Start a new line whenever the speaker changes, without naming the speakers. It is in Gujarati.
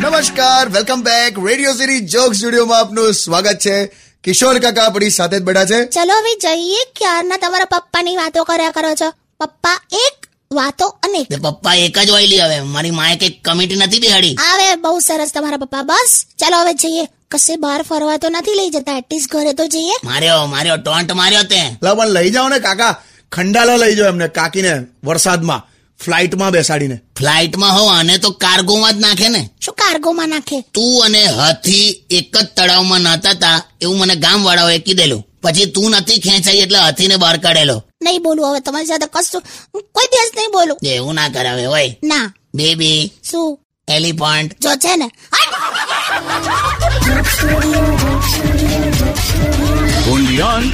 નમસ્કાર welcome back Radio City joke સ્ટુડિયોમાં આપનું સ્વાગત છે કિશોર કાકા આપણી સાથે જ બેઠા છે
ચલો હવે જઈએ ક્યારના તમારા પપ્પાની વાતો કર્યા કરો છો પપ્પા એક વાતો અનેક
તે પપ્પા એક જ ઓઈલી હવે મારી માએ કઈ કમિટી નથી બેહાડી
આવે બહુ સરસ તમારા પપ્પા બસ ચલો હવે જઈએ કશે બહાર ફરવા તો નથી લઈ જતા એટલીસ્ટ ઘરે તો જઈએ
માર્યો માર્યો ટોન્ટ માર્યો તે
લા પણ લઈ જાઓ ને કાકા ખંડાલા લઈ જાઓ એમને કાકીને વરસાદમાં ફ્લાઇટમાં બેસાડીને
ફ્લાઇટમાં હો આને તો કાર્ગોમાં જ નાખે ને
શું કાર્ગોમાં નાખે
તું અને હાથી એક જ તળાવમાં નાતા હતા એવું મને ગામ વાળાઓએ કીધેલું પછી તું નથી ખેંચાઈ એટલે હાથીને બહાર કાઢેલો
નહીં બોલું હવે તમારી સાથે કશું હું કોઈ દિવસ નહીં બોલું
એવું ના કરાવે હોય
ના
બેબી
શું
એલિફન્ટ
જો છે ને હટ!
Only on